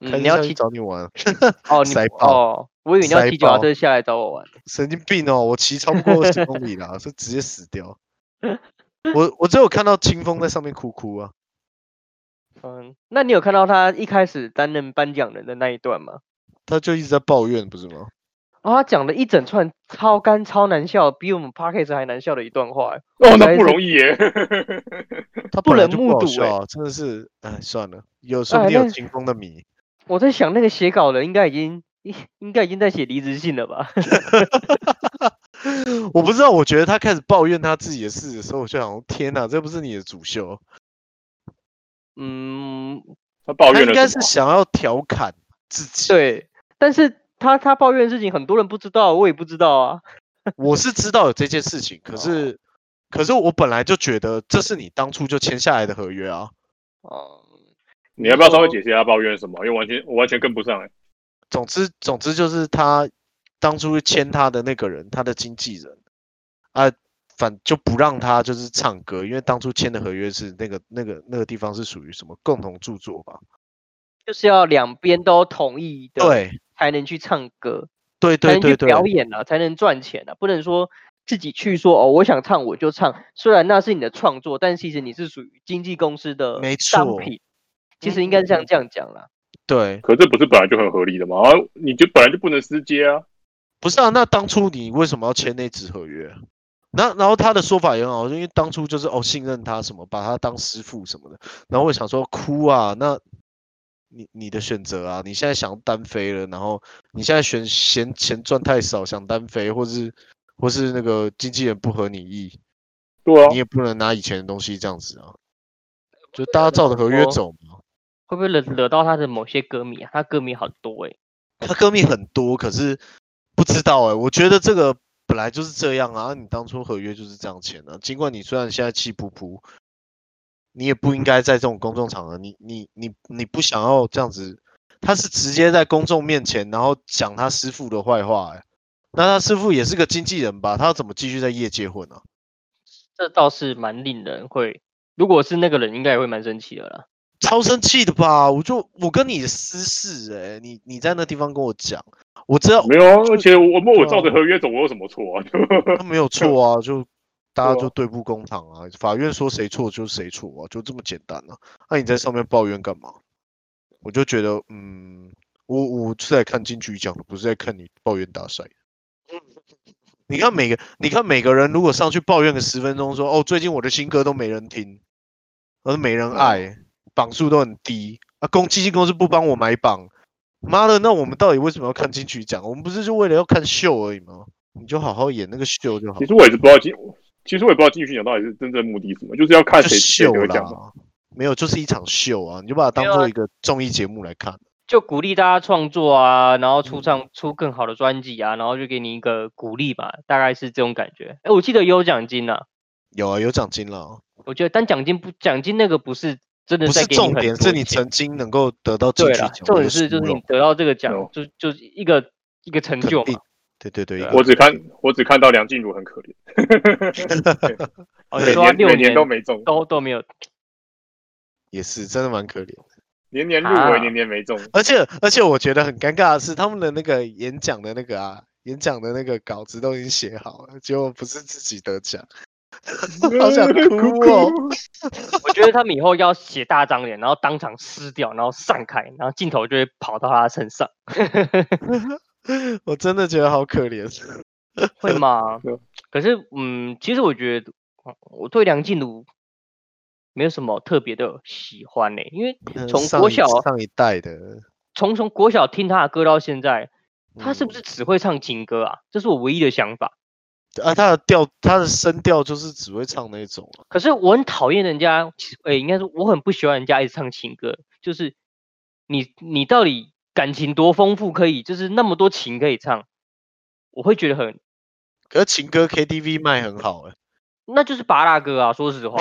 开
嗯，
始
你要
下去
骑
找你玩， <laughs>
哦，你
塞
不
爆
哦，我以为你要
塞
骑脚踏
爆
车下来找我玩。
神经病哦！我骑超不过十公里啦，是 <laughs> 直接
<laughs>
死掉。我我只有看到清风在上面哭哭啊，
嗯，那你有看到他一开始担任颁奖人的那一段吗？
他就一直在抱怨，不是吗？
哦，他讲了一整串超干、超难笑，比我们 podcast 还难笑的一段话欸。
哦，那不容易耶。 <laughs>
他
不
本来
忍
就
目
好
睹
笑
欸
啊，真的是，哎，算了，有说不
哎
定有
那
秦风的迷，
我在想，那个写稿人应该已经应应该已经在写离职信了吧？ <laughs>
我不知道，我觉得他开始抱怨他自己的事的时候，我就想，天哪，这不是你的主秀，
嗯，
他抱
他
怨
应
了
该
什
是
么
想要调侃自己。，
啊对。但是他他抱怨的事情，很多人不知道，我也不知道啊。
我是知道有这件事情，
哦
可是，可是我本来就觉得这是你当初就签下来的合约啊。
哦、
你要不要稍微解释一下他抱怨什么？因为完全我完全跟不上哎。
总之，总之就是他当初签他的那个人，他的经纪人啊，反就不让他就是唱歌，因为当初签的合约是那个那个那个地方是属于什么共同著作吧？
就是要两边都同意的，，
对
才能去唱歌，
对
才
对
能去
对对，
表演啊，才能赚钱啊，不能说自己去说哦，我想唱我就唱，虽然那是你的创作，但其实你是属于经纪公司的
没
商
错嗯
品，其实应该是像这样讲啦。
对，
可这不是本来就很合理的吗？啊你就本来就不能私接啊。
不是啊，那当初你为什么要签那纸合约？啊那然后他的说法也很好，因为当初就是哦信任他什么，把他当师傅什么的。然后我想说哭啊，那你你的选择啊，你现在想单飞了，然后你现在选嫌钱赚太少想单飞，或是或是那个经纪人不合你意，
对啊
你，也不能拿以前的东西这样子啊，就大家照着合约
说
走嘛。
会不会惹惹到他的某些歌迷啊？他歌迷好多欸诶、
他歌迷很多，可是不知道哎、我觉得这个本来就是这样啊，你当初合约就是这样签的、尽管你虽然现在气噗噗，你也不应该在这种公众场合，你你你你不想要这样子。他是直接在公众面前，然后讲他师傅的坏话、欸，那他师傅也是个经纪人吧？他要怎么继续在业界混啊？
这倒是蛮令人会，如果是那个人，应该也会蛮生气的啦。
超生气的吧？我就我跟你的私事、欸，哎，你你在那地方跟我讲，我知道
没有啊，而且我我
对
我
啊
照着合约走，我有什么错啊？ <laughs>
他没有错啊，就大家
对啊
就对簿公堂啊，法院说谁错就是谁错啊，就这么简单啊。那、你在上面抱怨干嘛？我就觉得，嗯，我我是在看金曲奖的，不是在看你抱怨大赛。 <laughs> 你看每个，你看每个人如果上去抱怨个十分钟说哦，最近我的新歌都没人听，而没人
啊
爱，榜数都很低啊，公基金公司不帮我买榜，妈的，那我们到底为什么要看金曲奖？我们不是就为了要看秀而已吗？你就好好演那个秀就好
其，实我也是不知道金，其实我也不知道金曲奖到底是真正目的是什么，就是要看
就
谁谁
秀
得奖嘛。
啦。没有，就是一场秀啊！你就把它当
没有啊
做一个综艺节目来看。
就鼓励大家创作啊，然后出
嗯
唱、出更好的专辑啊，然后就给你一个鼓励吧，大概是这种感觉。哎，我记得也有奖金啊，
有啊，有奖金了，
我觉得但奖金不奖金那个不是真的
不
在
是
给你
重
很
点，
多
是你
钱
曾经能够得到金
对
曲
啦
奖，
重
这个
点是就
殊
是你
荣
得到这个奖
有，
就就是一个一个成
肯
就
定
嘛。
对对对，
对
一
啊
个
我只
肯
看
定
我只看到梁静茹很可怜，
哦，你
每
说他
年
六
每
年
都没中，
都都没
<laughs>
有，
也是真的蛮可怜。
年年入围，
啊
年年没中。
而且而且我觉得很尴尬的是，他们的那个演讲的那个啊，演讲的那个稿子都已经写好了，结果不是自己得奖，好想哭哦。
我觉得他们以后要写大张脸，然后当场撕掉，然后散开，然后镜头就会跑到他
<laughs>
身上，
我真的觉得好可怜。
会吗
啊
对？
可是，嗯，其实我觉得嗯我对梁静茹没有什么特别的喜欢呢、因为
嗯
从
上
国
一
小
上一代的，
从从国小听她的歌到现在，她是不
嗯
是只会唱情歌啊？这是我唯一的想法。
啊？他的调，他的声调就是只会唱那种啊。
可是我很讨厌人家，哎、应该说我很不喜欢人家一直唱情歌，就是你你到底感情多丰富，可以就是那么多情可以唱，我会觉得很，
可是情歌 KTV 卖很好哎、
那就是拔拉歌啊，说实话。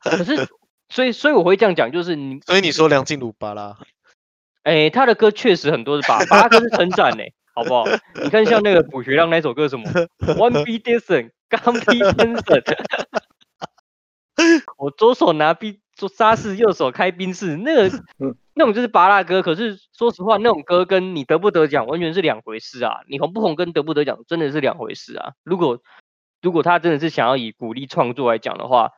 可是所以所以我会这样讲，就是你
所以你说梁静茹巴拉，
哎、他的歌确实很多是拔拔拉歌是称赞呢，好不好？你看像那个卜学亮那首歌什么 One B Dancing，钢笔 Dancing，我左手拿冰做沙士，右手开冰室，那个
嗯
那种就是拔拉歌。可是说实话，那种歌跟你得不得奖完全是两回事啊！你红不红跟得不得奖真的是两回事啊！如果如果他真的是想要以鼓励创作来讲的话，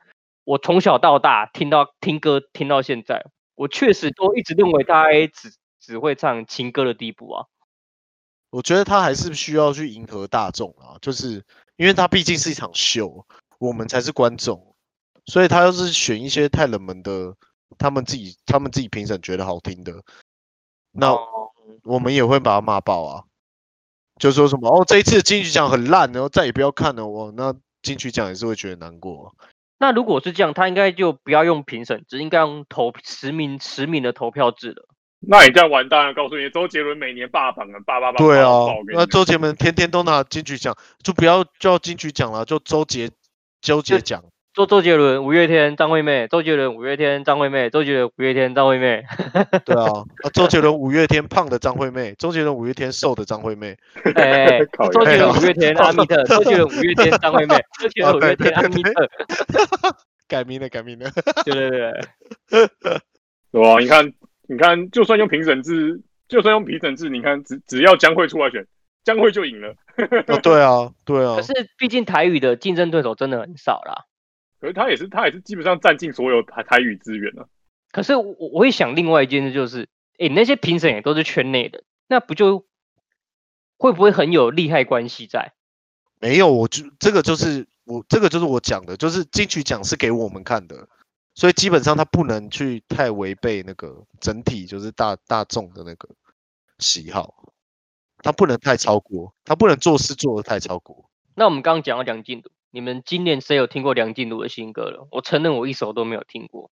我从小到大听到听歌听到现在，我确实都一直认为大概只只会唱情歌的地步啊。
我觉得他还是需要去迎合大众啊，就是因为他毕竟是一场秀，我们才是观众，所以他要是选一些太冷门的，他们自己他们自己评审觉得好听的，那
哦
我们也会把他骂爆啊，就说什么哦这一次的金曲奖很烂，然后再也不要看了，我那金曲奖也是会觉得难过啊、
那如果是这样，他应该就不要用评审制，应该用投实名实名的投票制了。
<laughs> 那你这样完蛋了，告诉你，周杰伦每年霸榜啊，霸霸霸，
对
霸
啊
爆我，跟你
那
讲
周杰伦天天都拿金曲奖，就不要叫金曲奖了，就周杰周杰奖。
做周杰伦、五月天、张惠妹，周杰伦、五月天、张惠妹，周杰伦、五月天、张惠 <laughs> 妹，
对啊，啊周杰伦、五月天胖的张惠妹，周杰伦、五月天瘦的张惠妹，
哎，
靠
周杰
腰
伦、五月天、阿密特，周杰伦、五月天、张 <laughs> 惠妹，周杰伦、
啊
五月
对
天、阿
对
密
对
特，
改名了，改
<laughs>
名了。
对 <laughs> 对对，
对啊，你看，你看，就算用评审制，就算用评审制，你看，只只要江蕙出来选，江蕙就赢了。
哦，对啊，对啊
可，是毕竟台语的竞争对手真的很少啦。
可是他也是，他也是基本上占尽所有台台语资源了、啊
可是我我会想另外一件事，就是，哎，那些评审也都是圈内的，那不就会不会很有利害关系在？
没有，我就这个就是我这个就是我讲的，就是金曲奖是给我们看的，所以基本上它不能去太违背那个整体，就是大大众的那个喜好，它不能太超过，它不能做事做的太超过。
那我们刚刚讲到梁静茹，你们今年谁有听过梁静茹的新歌了？我承认我一首都没有听过。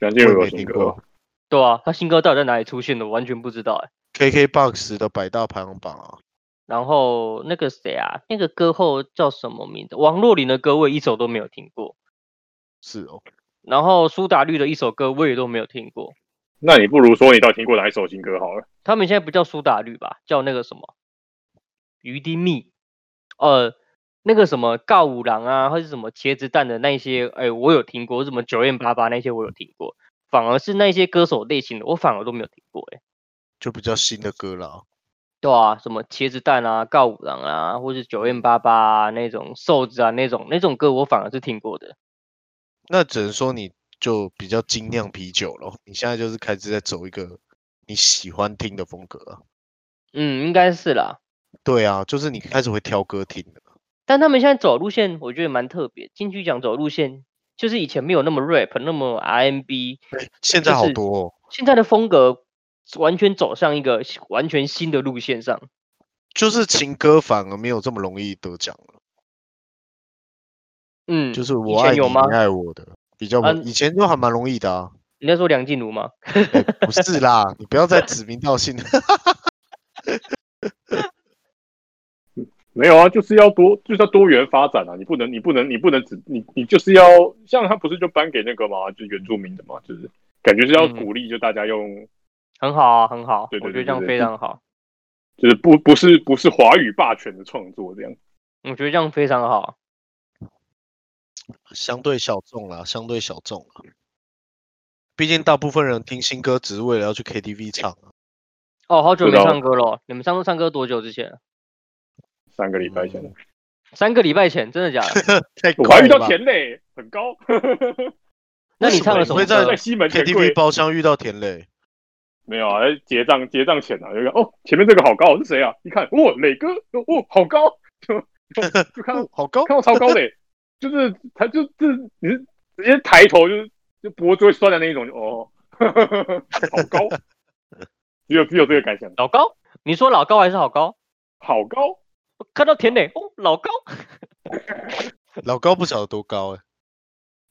梁
我
静
也
茹有
没
新
听
歌
过
哦，。
对啊，他新歌到底在哪里出现的，我完全不知道哎、
KKBOX 的百大排行榜啊，
然后那个谁啊，那个歌后叫什么名字？王若琳的歌我也一首都没有听过，
是哦，
然后苏打绿的一首歌我也都没有听过。
那你不如说你到底听过哪一首新歌好了。
他们现在不叫苏打绿吧，叫那个什么于丁蜜，呃，那个什么告五郎啊，或是什么茄子蛋的那些，哎，我有听过，什么九燕八八那些我有听过，反而是那些歌手类型的我反而都没有听过哎、
就比较新的歌啦。
对啊，什么茄子蛋啊、告五郎啊，或是九燕八八啊那种瘦子啊那种那种歌，我反而是听过的。
那只能说你就比较精酿啤酒咯，你现在就是开始在走一个你喜欢听的风格啊。
嗯，应该是啦。
对啊，就是你开始会挑歌听了。
但他们现在走的路线，我觉得蛮特别。金曲奖走的路线，就是以前没有那么 rap，那么 RMB，
现在
就
好
是
多、哦，
现在的风格完全走上一个新完全新的路线上。
就是情歌反而没有这么容易得奖了。
嗯，
就是
以
我
前
爱你，啊
有吗
你爱我的比较
啊
容，以前就还蛮容易的啊。
你在说梁静茹吗？
哎不是啦，你不要再指名道姓。 <laughs>
没有啊，就是要多，就是要多元发展啊！你不能，你不能，你不能只你你就是要像他不是就颁给那个嘛，就是原住民的嘛，就是感觉是要
嗯
鼓励，就大家用，
很好啊，很好，
对对
我觉
对
得这样
对
非
对
常好，
就是不不是不是华语霸权的创作这样。
我觉得这样非常好。
相对小众啦，相对小众啦。毕竟大部分人听新歌只是为了要去 KTV 唱啊。
哦，好久
是
没
的哦
唱歌了。你们上次唱歌多久之前？
三个礼拜前，
三个礼拜前，真的假
<laughs>
的？
太
我还
快
遇到
嗯了吧
田磊，很高。
那你
为什么
唱了
你
什
会
么
在
<laughs>
歌
在？西门
<laughs>
钱柜
KTV 包厢遇到田磊，
没有啊，在结账结账前啊，就看哦，前面这个好高，是谁啊？一看，哦，磊哥，哦，哦好高，就就就
<laughs>
看到
哦，好高，
看到超高磊， <laughs> 就是他就就是你是直接抬头就是就脖子会酸的那一种，就哦， <laughs> 好
<laughs>
高，只有只有这个感想，
老高？你说老高还是好高？
好高，
我看到田磊哦，老
<laughs>
高。
老高不晓得多高哎、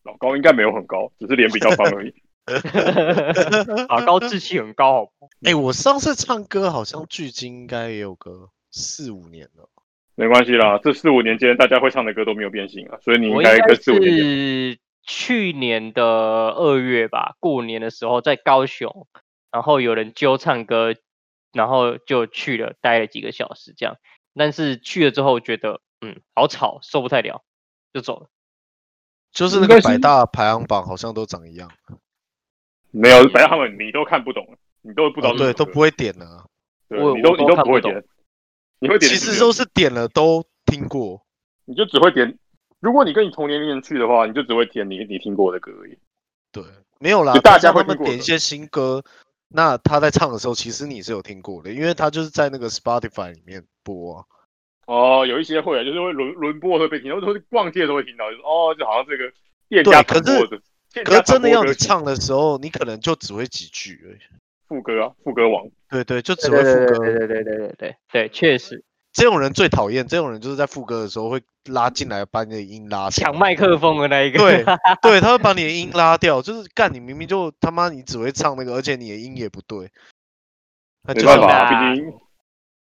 老高应该没有很高，只是脸比较方
<laughs>
而已。
老高志气很高，好不好？
嗯
哎、我上次唱歌好像距今应该也有个四五年了。
没关系啦，这四五年间大家会唱的歌都没有变形啊，所以你应
我应
该
该
跟四五年前
是去年的二月吧，过年的时候在高雄，然后有人揪唱歌，然后就去了，待了几个小时这样。但是去了之后觉得，嗯，好吵，受不太了，就走了。
就是那
应
个
该是
百大排行榜好像都长一样，
没有，反正他们你都看不懂，你都不知道
哦
是什
对，
么
都
歌
不会点了、
对
我
你都
我
你
都
都
看
不
不
会
懂
点，你会点
其
的
实
是没有
都是点了都听过，
你就只会点如果你跟你同年龄人去的话，你就只会点你你听过的歌而已。
对，没有啦，
就大家
像
会
他们
听过
点一
的
些新歌，那他在唱的时候，其实你是有听过的，因为他就是在那个 Spotify 里面播、啊。
哦，有一些会啊，就是会轮轮播会被听到，或者逛街都会听到，就是哦，就好像这个店家
对可
传
是
播的，店
可是
家
真的
传播
要你
歌曲
唱的时候，你可能就只会几句而已。
副歌啊，副歌王，
对对，就只
对
会
对
副
对
歌。
对对对对对对对，确实
这种人最讨厌，这种人就是在副歌的时候会拉进来，把你的音拉掉
<laughs> 抢麦。克风的
<laughs>
那一个。
对对，他会把你的音拉掉，就是干你明明就他妈你只会唱那个，而且你的音也不对。那
没
就
办
是
法
啦
啊，毕竟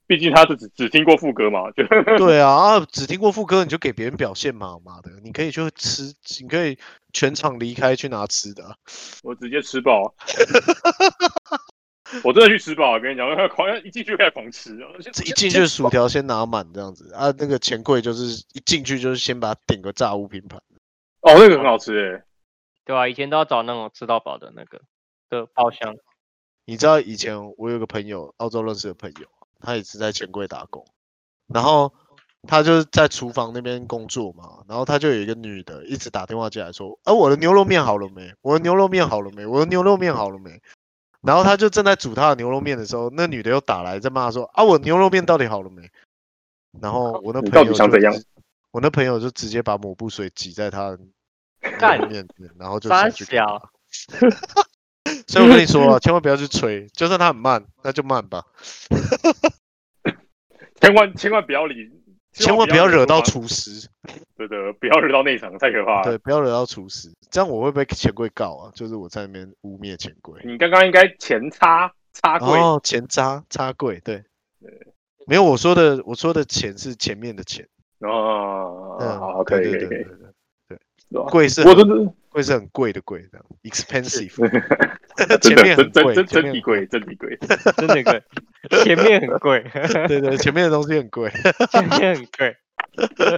毕竟他是只只听过副歌嘛，就
对啊，啊，只听过副歌你就给别人表现嘛，妈的，你可以去吃，你可以全场离开去拿吃的啊、
我直接
<laughs>
吃饱啊。我真的去吃饱，我跟你讲，狂一进去就开始狂吃，
这一进去薯条先拿满这样子啊，那个钱柜就是一进去就是先把它点个炸物拼盘，
哦，那个很好吃诶、
<laughs> 对啊，以前都要找那种吃到饱的那个的包 <laughs> 厢。
你知道以前我有个朋友，澳洲认识的朋友，他也是在钱柜打工，然后他就是在厨房那边工作嘛，然后他就有一个女的一直打电话进来说，啊，我的牛肉面好了没？我的牛肉面好了没？我的牛肉面好了没？然后他就正在煮他的牛肉面的时候，那女的又打来在骂说，啊，我的牛肉面到底好了没？然后我那
你
朋
到
友
底想
就
怎样
直？我那朋友就直接把抹布水挤在他的
干
牛肉面前，然后就
傻
上去给他
小
所以我跟你说啊，千万不要去吹，就算它很慢，那就慢吧，
千万千万不要理，
千万不要惹到
厨，啊
厨师，
对的，不要惹到内场，太可怕了。
对，不要惹到厨师，这样我会被钱柜告啊，就是我在那边污蔑钱柜，
你刚刚应该前插插柜，
哦，钱渣插柜，对，没有我说的，我说的钱是前面的钱，
哦，
嗯，
好，可
对
以
对
可以
对
可
对
以，
对，
是吧
贵是
我
很
真的
贵是很贵的贵，这样 expensive，
真
<laughs> 前
的
面很
真真
贵
真
前面
真的
很
贵，真的贵。
真的贵，前面很贵， <laughs>
对对，前面的东西很贵，
前面很 <laughs> 贵。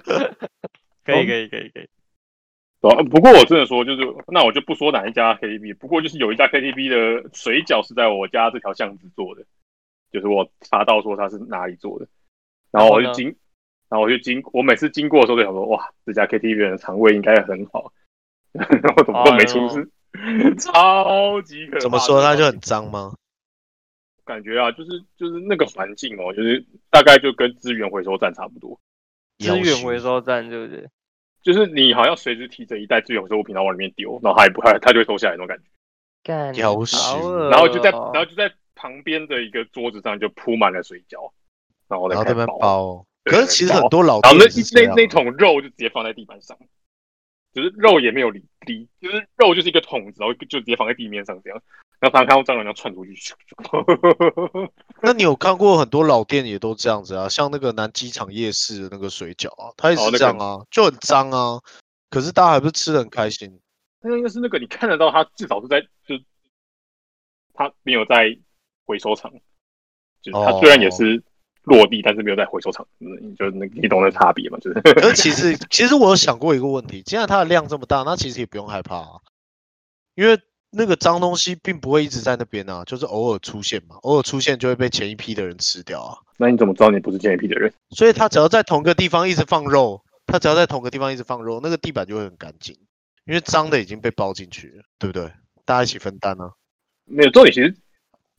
可以可以可以可以，
哦，不过我真的说，就是那我就不说哪一家 KTV，不过就是有一家 KTV 的水饺是在我家这条巷子做的，就是我查到说它是哪里做的，然后我
然后
就
呢
经，然后我就经，我每次经过的时候就想说，哇，这家 KTV 的肠胃应该很好， <laughs> 然后怎么都没
哎
出事， <laughs> 超级可怕。
怎么说它就很脏吗？
感觉啊，就是就是那个环境哦，就是大概就跟资源回收站差不多，
资
要
源
死
回收站对不对？
就是你好像随时提着一袋资源回收物品，然后往里面丢，然后它也不它它就会收下来那种感觉。
干，
要
好
死
恶
然后就在
哦
然后就在旁边的一个桌子上就铺满了水饺，然后再
然后这
开始
边
包，
包哦，
对
可是
对
其实
包
很多老
然
店
后那
也是这
一那
样
那
啊
桶肉就直接放在地板上，就是肉也没有离离，就是肉就是一个桶子，然后就直接放在地面上这样，然后他们看到蟑螂要窜出去，咻咻 <laughs>
那你有看过很多老店也都这样子啊，像那个南机场夜市的那个水饺啊，它也
哦
是这
那个
样啊，就很脏啊，可是大家还不是吃的很开
<laughs>
心。
那应该是那个你看得到它至少是在就是它没有在回收厂，就是它虽然也是落地，但是没有在回收厂，嗯就是那你懂那差别嘛，就是 <laughs>
可是其实其实我有想过一个问题，既然它的量这么大，那其实也不用害怕啊，因为那个脏东西并不会一直在那边啊，就是偶尔出现嘛，偶尔出现就会被前一批的人吃掉啊。
那你怎么知道你不是建议批的人？
所以它只要在同个地方一直放肉，它只要在同个地方一直放肉，那个地板就会很干净，因为脏的已经被包进去了，对不对？大家一起分担啊。
没有重点，其实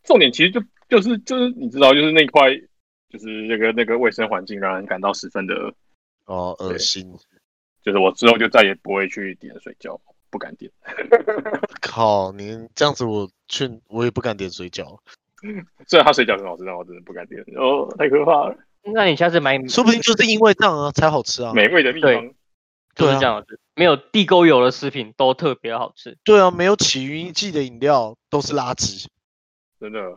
重点其实就就是就是你知道，就是那块就是那个那个卫生环境让人感到十分的，
哦，恶
对
心。
就是我之后就再也不会去点水饺，不敢点。
靠，你这样子我去，我也不敢点水饺，
虽然它水饺很好吃，但我真的不敢点，哦，太可怕了。
那你下次
嗯
买
说不定就是因为这样啊才好吃啊。
美味的秘方，
就
对
是
啊
这样子，没有地沟油的食品都特别好吃。
对啊，没有起云一剂的饮料都是垃圾。
真的，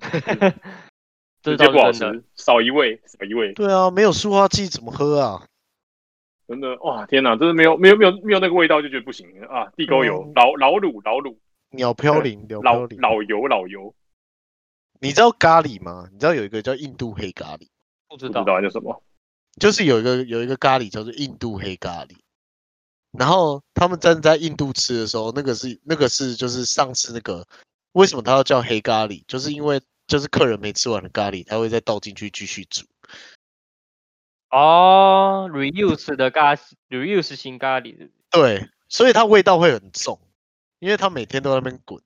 这
直
倒
接不好
是真的。
吃，少一味，少一味，
对啊，没有塑化剂怎么喝啊？
真的哇，天哪，真的没有没有没有没有那个味道就觉得不行啊！地沟油
嗯、
老老卤、老卤、
鸟飘
对
零，鸟飘
呃老
零。
老油、老油，
你知道咖喱吗？你知道有一个叫印度黑咖喱，
不知
不知
道
道那叫什么？
就是有一个有一个咖喱叫做印度黑咖喱。然后他们站在印度吃的时候，那个是那个是就是上次那个为什么他要叫黑咖喱，就是因为就是客人没吃完的咖喱，他会再倒进去继续煮。
哦，reuse 的咖喱，reuse 型咖喱是不是
对，所以它味道会很重，因为它每天都在那边滚。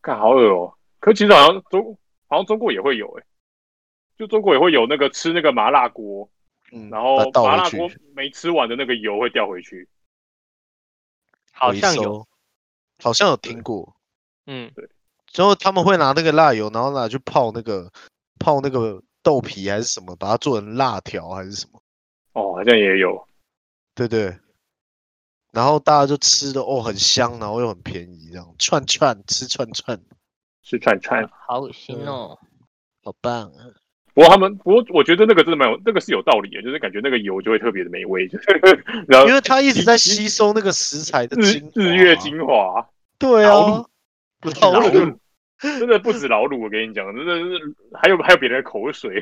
看好恶哦、可其实好像中好像中国也会有哎、就中国也会有那个吃那个麻辣锅，
嗯，
然后
把它倒
麻
回
辣
去
锅没吃完的那个油会掉回去。
好
回
像有，
收，好像有听过。
嗯，
然后他们会拿那个辣油，然后拿去泡那个泡那个豆皮还是什么，把它做成辣条还是什么，
哦，好像也有，
对对。然后大家就吃的哦很香，然后又很便宜，这样串串吃串串，
是串串。
好恶心
嗯
哦。
好棒啊！
不过他们，不过我觉得那个真的蛮有，那个是有道理的，就是感觉那个油就会特别的美味，就是 <laughs> 然后
因为它一直在吸收那个食材的
呃日
精
日月
华
精华，
对
老
啊
卤，
老
老
卤
卤真的不止老卤，我跟你讲，真的是还有还有别人的
<laughs>
口水，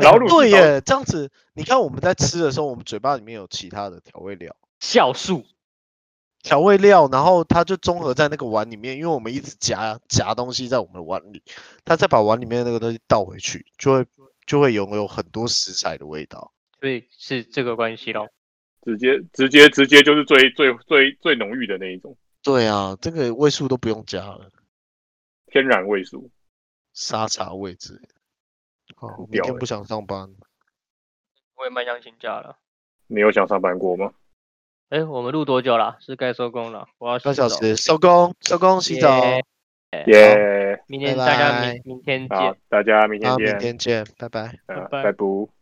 老卤
对
是老
耶，这样子，你看我们在吃的时候，我们嘴巴里面有其他的调味料，
酵素，
调味料，然后它就综合在那个碗里面，因为我们一直夹夹东西在我们的碗里，它再把碗里面的那个东西倒回去，就会就会拥有很多食材的味道。
所以是这个关系咯。
直接直接直接就是最最最最浓郁的那一种
对啊，这个味素都不用加了，
天然味素。
沙茶味之类的。哦，我明
屌
天
欸
不想上班，
我也蛮想请假了。
你有想上班过吗？
哎，我们录多久了？是该收工了，我要
半
洗
小
澡
时收工，收工洗澡，
耶
耶、
明天大家
拜拜
明明天
好啊
见，，
大家明天
那
见
明，天见，拜拜。
嗯
拜
拜
拜
拜。